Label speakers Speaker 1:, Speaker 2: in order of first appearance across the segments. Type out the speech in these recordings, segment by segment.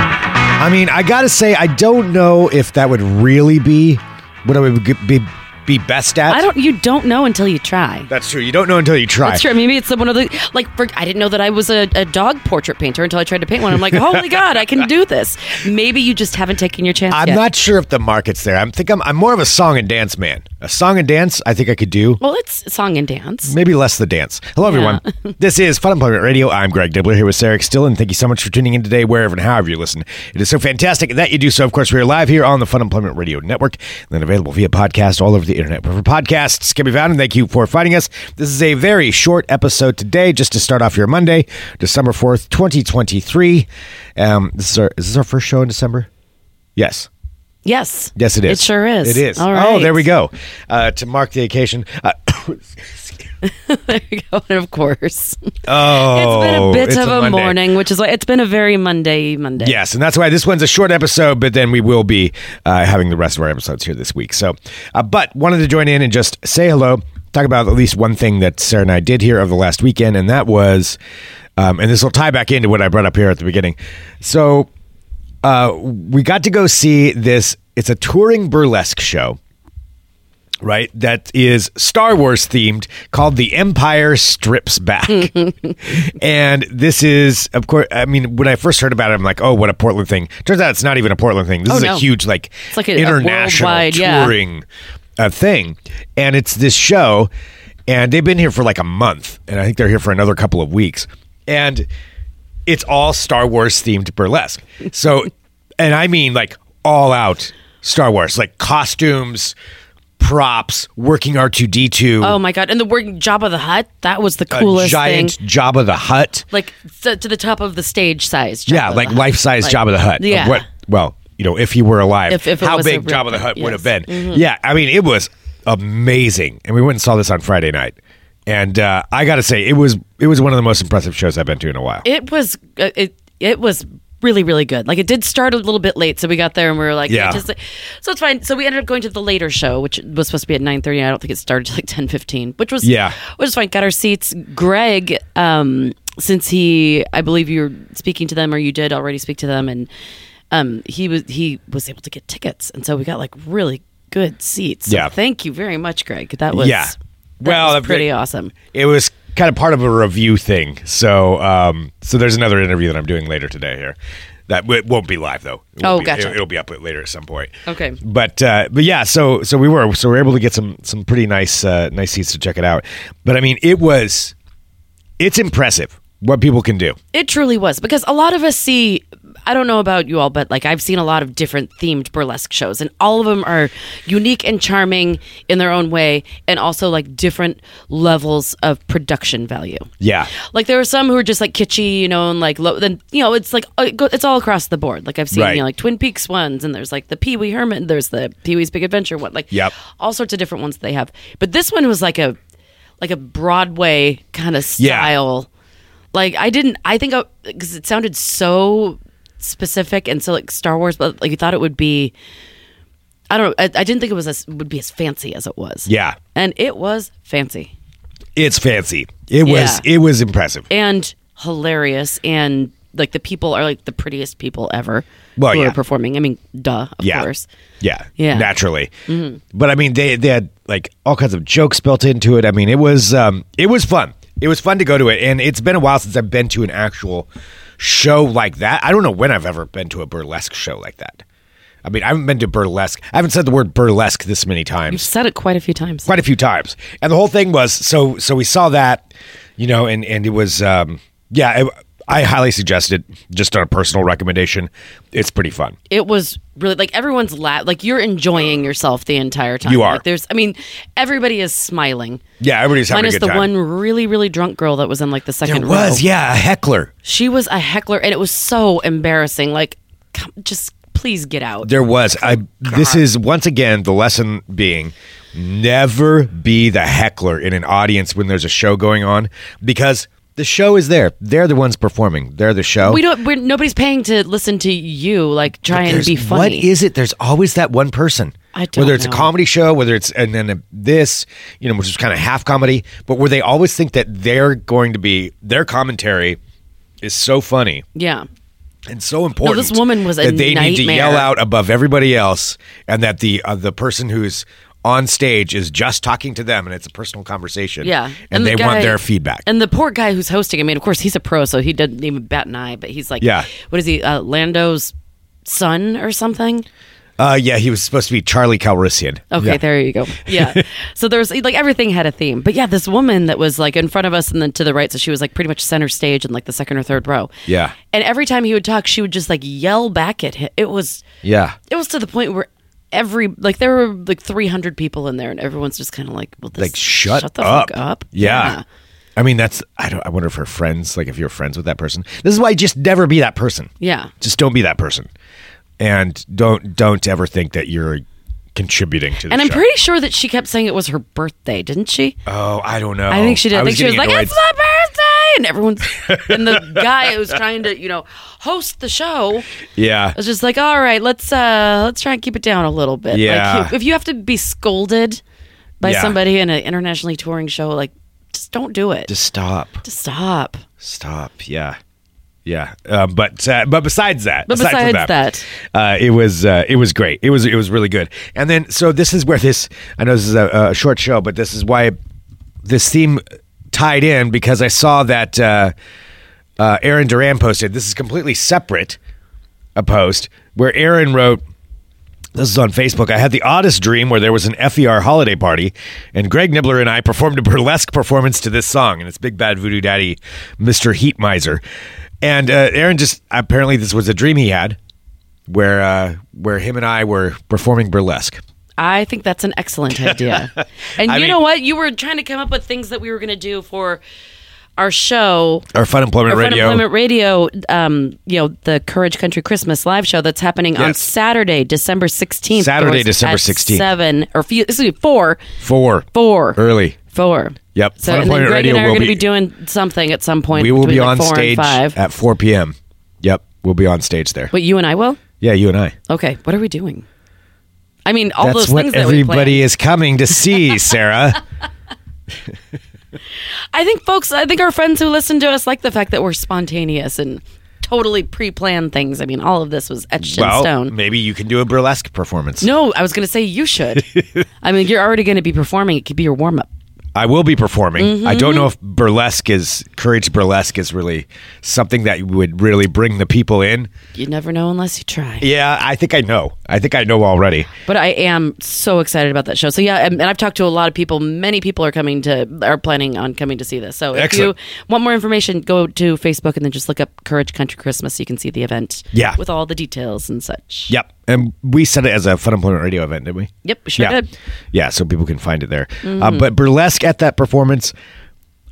Speaker 1: I mean, I gotta say, I don't know if that would really be what I would g- be be best at.
Speaker 2: I don't. You don't know until you try.
Speaker 1: That's true. You don't know until you try.
Speaker 2: That's true. Maybe it's the one of the like. For, I didn't know that I was a, a dog portrait painter until I tried to paint one. I'm like, holy god, I can do this. Maybe you just haven't taken your chance.
Speaker 1: I'm
Speaker 2: yet.
Speaker 1: not sure if the market's there. I'm think I'm, I'm more of a song and dance man. A song and dance, I think I could do.
Speaker 2: Well, it's song and dance.
Speaker 1: Maybe less the dance. Hello, everyone. this is Fun Employment Radio. I'm Greg Dibbler here with Sarah Still, and thank you so much for tuning in today, wherever and however you listen. It is so fantastic that you do so. Of course, we are live here on the Fun Employment Radio Network, and then available via podcast all over the internet. Wherever podcasts can be found, and thank you for finding us. This is a very short episode today, just to start off your Monday, December 4th, 2023. Um, this is, our, is this our first show in December? Yes.
Speaker 2: Yes.
Speaker 1: Yes, it is.
Speaker 2: It sure
Speaker 1: It
Speaker 2: is.
Speaker 1: is.
Speaker 2: All right.
Speaker 1: Oh, there we go. Uh, to mark the occasion. Uh,
Speaker 2: there we go. And of course,
Speaker 1: oh,
Speaker 2: it's been a bit
Speaker 1: it's
Speaker 2: of a,
Speaker 1: Monday.
Speaker 2: morning, which is like it's been a very Monday Monday.
Speaker 1: Yes, and that's why this one's a short episode, but then we will be uh, having the rest of our episodes here this week. So, uh, but wanted to join in and just say hello, talk about at least one thing that Sarah and I did here over the last weekend, and that was, um, and this will tie back into what I brought up here at the beginning. So, uh, we got to go see this. It's a touring burlesque show. Right, that is Star Wars themed, called The Empire Strips Back. and this is, of course, I mean, when I first heard about it, I'm like, oh, what a Portland thing. Turns out it's not even a Portland thing. This
Speaker 2: Oh,
Speaker 1: is
Speaker 2: no.
Speaker 1: a huge, like,
Speaker 2: It's like a- a
Speaker 1: international
Speaker 2: worldwide, yeah.
Speaker 1: touring uh, thing. And it's this show, and they've been here for like a month, and I think they're here for another couple of weeks. And it's all Star Wars themed burlesque. So, and I mean like all out Star Wars, like costumes, props, working R2D2,
Speaker 2: Oh my god! And the word Jabba the Hutt that was the
Speaker 1: a
Speaker 2: coolest
Speaker 1: giant
Speaker 2: thing.
Speaker 1: Jabba the Hutt.
Speaker 2: Like th- to the top of the stage size. Jabba
Speaker 1: Yeah,
Speaker 2: the
Speaker 1: like
Speaker 2: Hutt.
Speaker 1: life size
Speaker 2: Like,
Speaker 1: Jabba the Hutt. of
Speaker 2: Yeah.
Speaker 1: What? Well, you know, if he were alive,
Speaker 2: If- if it
Speaker 1: how
Speaker 2: was
Speaker 1: big
Speaker 2: a real-
Speaker 1: Jabba the Hutt would have been.
Speaker 2: yes. Mm-hmm.
Speaker 1: Yeah, I mean, it was amazing, and we went and saw this on Friday night, and uh, I got to say, it was it was one of the most impressive shows I've been to in a while.
Speaker 2: It was uh, it it was really really good. Like it did start a little bit late, so we got there and we were like,
Speaker 1: Yeah.
Speaker 2: just- so it's fine. So we ended up going to the later show, which was supposed to be at nine thirty. I don't think it started till like ten fifteen, which was
Speaker 1: Yeah.
Speaker 2: which was fine. Got our seats. Greg, um, since he, I believe you were speaking to them or you did already speak to them, and um, he was he was able to get tickets, and so we got like really good seats. So
Speaker 1: Yeah.
Speaker 2: thank you very much, Greg. That was
Speaker 1: Yeah.
Speaker 2: that
Speaker 1: Well,
Speaker 2: was
Speaker 1: if it-
Speaker 2: pretty awesome.
Speaker 1: It was kind of part of a review thing. So, um, so there's another interview that I'm doing later today here. That w- it won't be live though. It won't
Speaker 2: Oh,
Speaker 1: be-
Speaker 2: gotcha.
Speaker 1: It, it'll be up later at some point.
Speaker 2: Okay.
Speaker 1: But uh, but yeah, so so we were so we were able to get some some pretty nice uh, nice seats to check it out. But I mean, it was it's impressive what people can do.
Speaker 2: It truly was because a lot of us see. I don't know about you all, but like I've seen a lot of different themed burlesque shows, and all of them are unique and charming in their own way, and also like different levels of production value.
Speaker 1: Yeah.
Speaker 2: Like there are some who are just like kitschy, you know, and like low. Then you know, it's like uh, it go- it's all across the board. Like I've seen,
Speaker 1: Right.
Speaker 2: you know, like Twin Peaks ones, and there's like the Pee Wee Herman, there's the Pee Wee's Big Adventure one, like
Speaker 1: Yep.
Speaker 2: all sorts of different ones that they have. But this one was like a like a Broadway kind of
Speaker 1: Yeah.
Speaker 2: style. Like I didn't. I think because it sounded so specific and so like Star Wars, but like you thought it would be. I don't know. I, I didn't think it was as would be as fancy as it was.
Speaker 1: Yeah.
Speaker 2: and it was fancy
Speaker 1: It's fancy. It was
Speaker 2: Yeah.
Speaker 1: it was impressive.
Speaker 2: and hilarious and like the people are like the prettiest people ever
Speaker 1: Well,
Speaker 2: who
Speaker 1: yeah.
Speaker 2: are performing. I mean, duh, of
Speaker 1: yeah.
Speaker 2: course.
Speaker 1: Yeah.
Speaker 2: Yeah. Mm-hmm.
Speaker 1: Naturally. But I mean they they had like all kinds of jokes built into it. I mean it was um it was fun. It was fun to go to it and it's been a while since I've been to an actual show like that. I don't know when I've ever been to a burlesque show like that. I mean, I haven't been to burlesque. I haven't said the word burlesque this many times
Speaker 2: You've said it quite a few times.
Speaker 1: quite a few times. And the whole thing was so so we saw that, you know, and and it was um yeah, it, I highly suggest it just on a personal recommendation. It's pretty fun.
Speaker 2: It was really like everyone's la- like you're enjoying yourself the entire time.
Speaker 1: You are.
Speaker 2: Like, there's, I mean, everybody is smiling.
Speaker 1: Yeah, everybody's having
Speaker 2: Minus
Speaker 1: a good
Speaker 2: the
Speaker 1: time.
Speaker 2: one really, really drunk girl that was in like the second
Speaker 1: there was,
Speaker 2: row.
Speaker 1: yeah, a heckler.
Speaker 2: She was a heckler, and it was so embarrassing. Like, come, just please get out.
Speaker 1: There was. I this is once again the lesson being never be the heckler in an audience when there's a show going on because the show is there. They're the ones performing. They're the show.
Speaker 2: we don't. We're, nobody's paying to listen to you. Like, try and
Speaker 1: There's-
Speaker 2: be funny.
Speaker 1: What is it? There's always that one person.
Speaker 2: I don't
Speaker 1: whether it's
Speaker 2: know.
Speaker 1: a comedy show, whether it's and then a, this, you know, which is kind of half comedy, but where they always think that they're going to be their commentary is so funny
Speaker 2: yeah.
Speaker 1: and so important.
Speaker 2: this woman was a
Speaker 1: that they need to
Speaker 2: nightmare.
Speaker 1: yell out above everybody else, and that the uh, the person who's on stage is just talking to them, and it's a personal conversation.
Speaker 2: Yeah,
Speaker 1: and,
Speaker 2: the
Speaker 1: they want
Speaker 2: guy-
Speaker 1: their feedback.
Speaker 2: And the poor guy who's hosting, I mean, of course he's a pro, so he doesn't even bat an eye. But he's like,
Speaker 1: Yeah.
Speaker 2: what is he? Uh, Lando's son or something?
Speaker 1: uh, yeah, he was supposed to be Charlie Calrissian.
Speaker 2: Okay,
Speaker 1: Yeah.
Speaker 2: there you go. Yeah. so there's like everything had a theme. But yeah, this woman that was like in front of us and then to the right, so she was like pretty much center stage in like the second or third row.
Speaker 1: Yeah.
Speaker 2: And every time he would talk, she would just like yell back at him. It was
Speaker 1: yeah.
Speaker 2: it was to the point where every like there were like 300 people in there and everyone's just kind of like well this
Speaker 1: like shut,
Speaker 2: the
Speaker 1: up.
Speaker 2: fuck up
Speaker 1: Yeah. I mean, that's I don't. I wonder if her friends, like if you're friends with that person, this is why just never be that person.
Speaker 2: Yeah.
Speaker 1: just don't be that person, and don't don't ever think that you're contributing to. The
Speaker 2: and i'm
Speaker 1: show.
Speaker 2: pretty sure that she kept saying it was her birthday didn't she
Speaker 1: Oh, I don't know.
Speaker 2: I think she did. I, think she was
Speaker 1: getting
Speaker 2: like,
Speaker 1: annoyed.
Speaker 2: "It's my birthday," and everyone's and the guy who was trying to, you know, host the show
Speaker 1: yeah,
Speaker 2: was just like, "All right, let's uh let's try and keep it down a little bit."
Speaker 1: Yeah.
Speaker 2: Like, if you have to be scolded by
Speaker 1: Yeah.
Speaker 2: somebody in an internationally touring show, like, just don't do it. Just,
Speaker 1: just stop,
Speaker 2: stop.
Speaker 1: stop. Yeah, yeah. Um, but uh, but besides that,
Speaker 2: But
Speaker 1: aside from
Speaker 2: besides that.
Speaker 1: uh, it was uh, it was great. It was it was really good. And then so this is where this I know this is a, a short show, but this is why this theme tied in because I saw that uh, uh, Aaron Duran posted. This is completely separate a post where Aaron wrote. This is on Facebook. I had the oddest dream where there was an FER holiday party, and Greg Nibbler and I performed a burlesque performance to this song, and it's Big Bad Voodoo Daddy, Mr. Heat Miser. And uh, Aaron just apparently this was a dream he had, where uh, where him and I were performing burlesque.
Speaker 2: I think that's an excellent idea. and
Speaker 1: I
Speaker 2: you
Speaker 1: mean-
Speaker 2: know what? You were trying to come up with things that we were going to do for our show
Speaker 1: Our Fun Employment
Speaker 2: Fun
Speaker 1: Radio.
Speaker 2: Employment Radio, um, you know, the Courage Country Christmas live show that's happening on
Speaker 1: Yes.
Speaker 2: Saturday, December 16th.
Speaker 1: Saturday,
Speaker 2: Doors
Speaker 1: December
Speaker 2: at
Speaker 1: 16th.
Speaker 2: 7, or few, excuse me, 4.
Speaker 1: Four.
Speaker 2: Four.
Speaker 1: Early.
Speaker 2: Four.
Speaker 1: Er. Yep.
Speaker 2: So
Speaker 1: Fun
Speaker 2: and then
Speaker 1: Employment
Speaker 2: Greg
Speaker 1: Radio
Speaker 2: and I are
Speaker 1: will
Speaker 2: going to
Speaker 1: be-
Speaker 2: be doing something at some point.
Speaker 1: We will
Speaker 2: between,
Speaker 1: be
Speaker 2: like,
Speaker 1: on
Speaker 2: four and
Speaker 1: stage
Speaker 2: five.
Speaker 1: at 4 p.m. Yep. We'll be on stage there.
Speaker 2: Wait, you and I will?
Speaker 1: Yeah, you and I.
Speaker 2: Okay. What are we doing? I mean, all
Speaker 1: That's
Speaker 2: those
Speaker 1: what
Speaker 2: things that we planned.
Speaker 1: everybody is coming to see, Sarah.
Speaker 2: I think folks, I think our friends who listen to us like the fact that we're spontaneous and totally pre-planned things. I mean, all of this was etched
Speaker 1: well,
Speaker 2: in stone.
Speaker 1: maybe you can do a burlesque performance.
Speaker 2: No, I was going to say you should. I mean, you're already going to be performing. It could be your warm up.
Speaker 1: I will be performing. I don't know
Speaker 2: Mm-hmm.
Speaker 1: if burlesque is courage burlesque is really something that would really bring the people in.
Speaker 2: You never know unless you try.
Speaker 1: Yeah, I think I know. I think I know already.
Speaker 2: But I am so excited about that show. So yeah, and, and I've talked to a lot of people. Many people are coming to are planning on coming to see this. So if
Speaker 1: Excellent.
Speaker 2: you want more information, go to Facebook and then just look up Courage Country Christmas. So you can see the event.
Speaker 1: Yeah.
Speaker 2: with all the details and such.
Speaker 1: Yep. And we set it as a Fun Employment Radio event, didn't we?
Speaker 2: Yep, we sure
Speaker 1: yeah.
Speaker 2: did. Mm-hmm.
Speaker 1: Yeah, so people can find it there. Uh, but burlesque at that performance,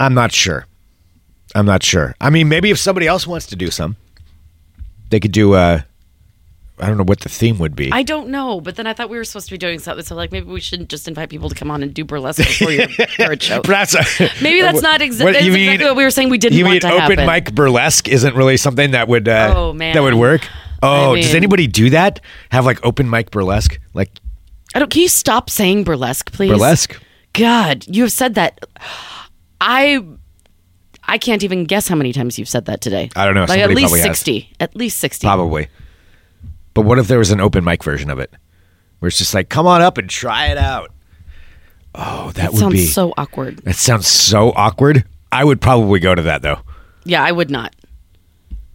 Speaker 1: I'm not sure. I'm not sure. I mean, maybe if somebody else wants to do some, they could do. Uh, I don't know what the theme would be.
Speaker 2: I don't know, but then I thought we were supposed to be doing something. So like maybe we shouldn't just invite people to come on and do burlesque before your courage show.
Speaker 1: Perhaps
Speaker 2: Maybe that's not exa- that's exactly what we were saying we didn't
Speaker 1: You
Speaker 2: want
Speaker 1: mean
Speaker 2: to
Speaker 1: open
Speaker 2: happen.
Speaker 1: mic burlesque isn't really something that would uh,
Speaker 2: Oh, man.
Speaker 1: that would work. Oh,
Speaker 2: I
Speaker 1: does
Speaker 2: mean-
Speaker 1: anybody do that? Have like open mic burlesque, like
Speaker 2: I don't. Can you stop saying burlesque, please?
Speaker 1: burlesque?
Speaker 2: God, you have said that. I I can't even guess how many times you've said that today.
Speaker 1: I don't know.
Speaker 2: Like at
Speaker 1: Somebody
Speaker 2: least
Speaker 1: probably has.
Speaker 2: sixty. At least sixty.
Speaker 1: Probably. But what if there was an open mic version of it, where it's just like, come on up and try it out? Oh, that, would
Speaker 2: Sounds
Speaker 1: be.
Speaker 2: so awkward.
Speaker 1: that sounds so awkward. I would probably go to that though.
Speaker 2: Yeah, I would not.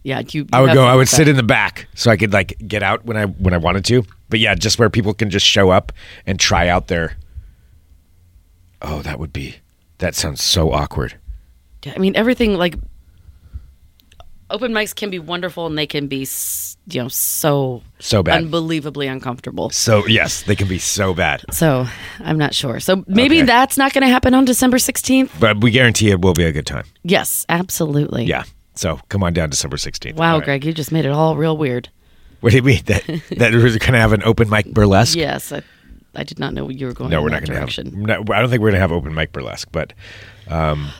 Speaker 2: Yeah, you. you
Speaker 1: I would
Speaker 2: have
Speaker 1: go.
Speaker 2: fun
Speaker 1: I would
Speaker 2: with
Speaker 1: sit
Speaker 2: that.
Speaker 1: in the back so I could like get out when I when I wanted to. But yeah, just where people can just show up and try out their. Oh, that would be. That sounds so awkward.
Speaker 2: I mean, everything like open mics can be wonderful, and they can be s- you know so
Speaker 1: So bad.
Speaker 2: unbelievably uncomfortable.
Speaker 1: So yes, they can be so bad,
Speaker 2: So I'm not sure. So maybe
Speaker 1: Okay.
Speaker 2: that's not going to happen on December 16th.
Speaker 1: but we guarantee it will be a good time.
Speaker 2: Yes, absolutely.
Speaker 1: Yeah. So come on down December sixteenth.
Speaker 2: Wow, Greg, you just made it all real weird.
Speaker 1: What do you mean that that we're gonna have an open mic burlesque?
Speaker 2: Yes, I, I did not know you were going.
Speaker 1: No,
Speaker 2: in
Speaker 1: we're
Speaker 2: that
Speaker 1: not gonna
Speaker 2: direction.
Speaker 1: have. No, I don't think we're gonna have open mic burlesque. But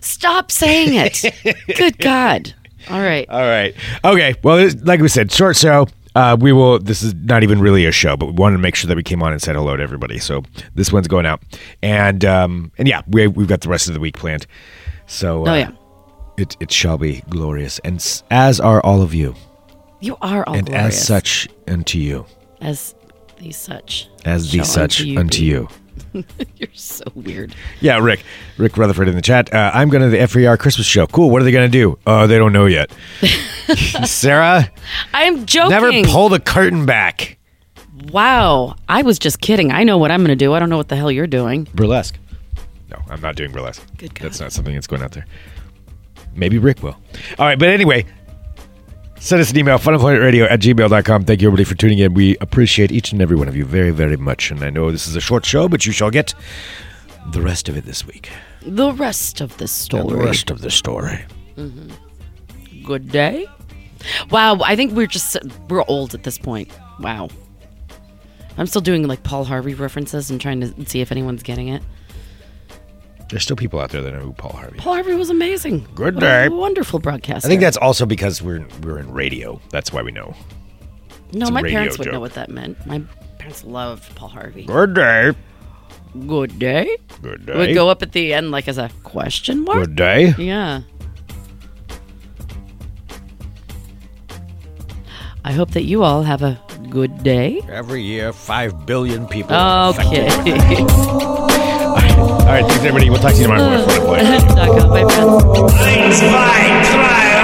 Speaker 2: Stop saying it. Good God. All right.
Speaker 1: All right. Okay. Well, this, like we said, short show. Uh, we will. This is not even really a show, but we wanted to make sure that we came on and said hello to everybody. So this one's going out, and um, and yeah, we we've got the rest of the week planned. So uh,
Speaker 2: Oh, yeah.
Speaker 1: it it shall be glorious, and s- as are all of you.
Speaker 2: You are all
Speaker 1: and
Speaker 2: glorious.
Speaker 1: as such unto you,
Speaker 2: as the such,
Speaker 1: as the
Speaker 2: shall
Speaker 1: such
Speaker 2: unto you.
Speaker 1: unto
Speaker 2: be.
Speaker 1: you.
Speaker 2: You're so weird.
Speaker 1: Yeah, Rick. Rick Rutherford in the chat. Uh, I'm going to the FER Christmas show. Cool. What are they going to do? Oh, they don't know yet. Sarah,
Speaker 2: I'm joking.
Speaker 1: never pull the curtain back.
Speaker 2: wow, I was just kidding. I know what I'm going to do. I don't know what the hell you're doing.
Speaker 1: Burlesque. No, I'm not doing burlesque.
Speaker 2: Good God.
Speaker 1: That's not something that's going out there. Maybe Rick will. All right, but anyway, send us an email, funemploymentradio at gmail.com. Thank you, everybody, for tuning in. We appreciate each and every one of you very, very much. And I know this is a short show, but you shall get the rest of it this week.
Speaker 2: The rest of the
Speaker 1: And the
Speaker 2: story.
Speaker 1: rest of the story.
Speaker 2: Good day. Wow, I think we're just we're old at this point. Wow. I'm still doing like Paul Harvey references and trying to see if anyone's getting it.
Speaker 1: There's still people out there that know who Paul Harvey is.
Speaker 2: Paul Harvey was amazing.
Speaker 1: Good
Speaker 2: What a
Speaker 1: day.
Speaker 2: wonderful broadcaster.
Speaker 1: I think that's also because we're we're in radio. That's why we know.
Speaker 2: no.
Speaker 1: a
Speaker 2: My
Speaker 1: radio
Speaker 2: parents would know
Speaker 1: joke.
Speaker 2: what that meant. My parents loved Paul Harvey.
Speaker 1: Good day.
Speaker 2: Good day.
Speaker 1: Good
Speaker 2: It would go up at the end like as a question mark.
Speaker 1: Good day.
Speaker 2: Yeah. I hope that you all have a good day.
Speaker 1: Every year, five billion people.
Speaker 2: Oh,
Speaker 1: are affected.
Speaker 2: Okay.
Speaker 1: All right, thanks everybody. We'll talk to you tomorrow. We're Fun Employment Radio.
Speaker 2: Duck up, my
Speaker 3: Eins,
Speaker 2: friends.
Speaker 3: zwei, drei.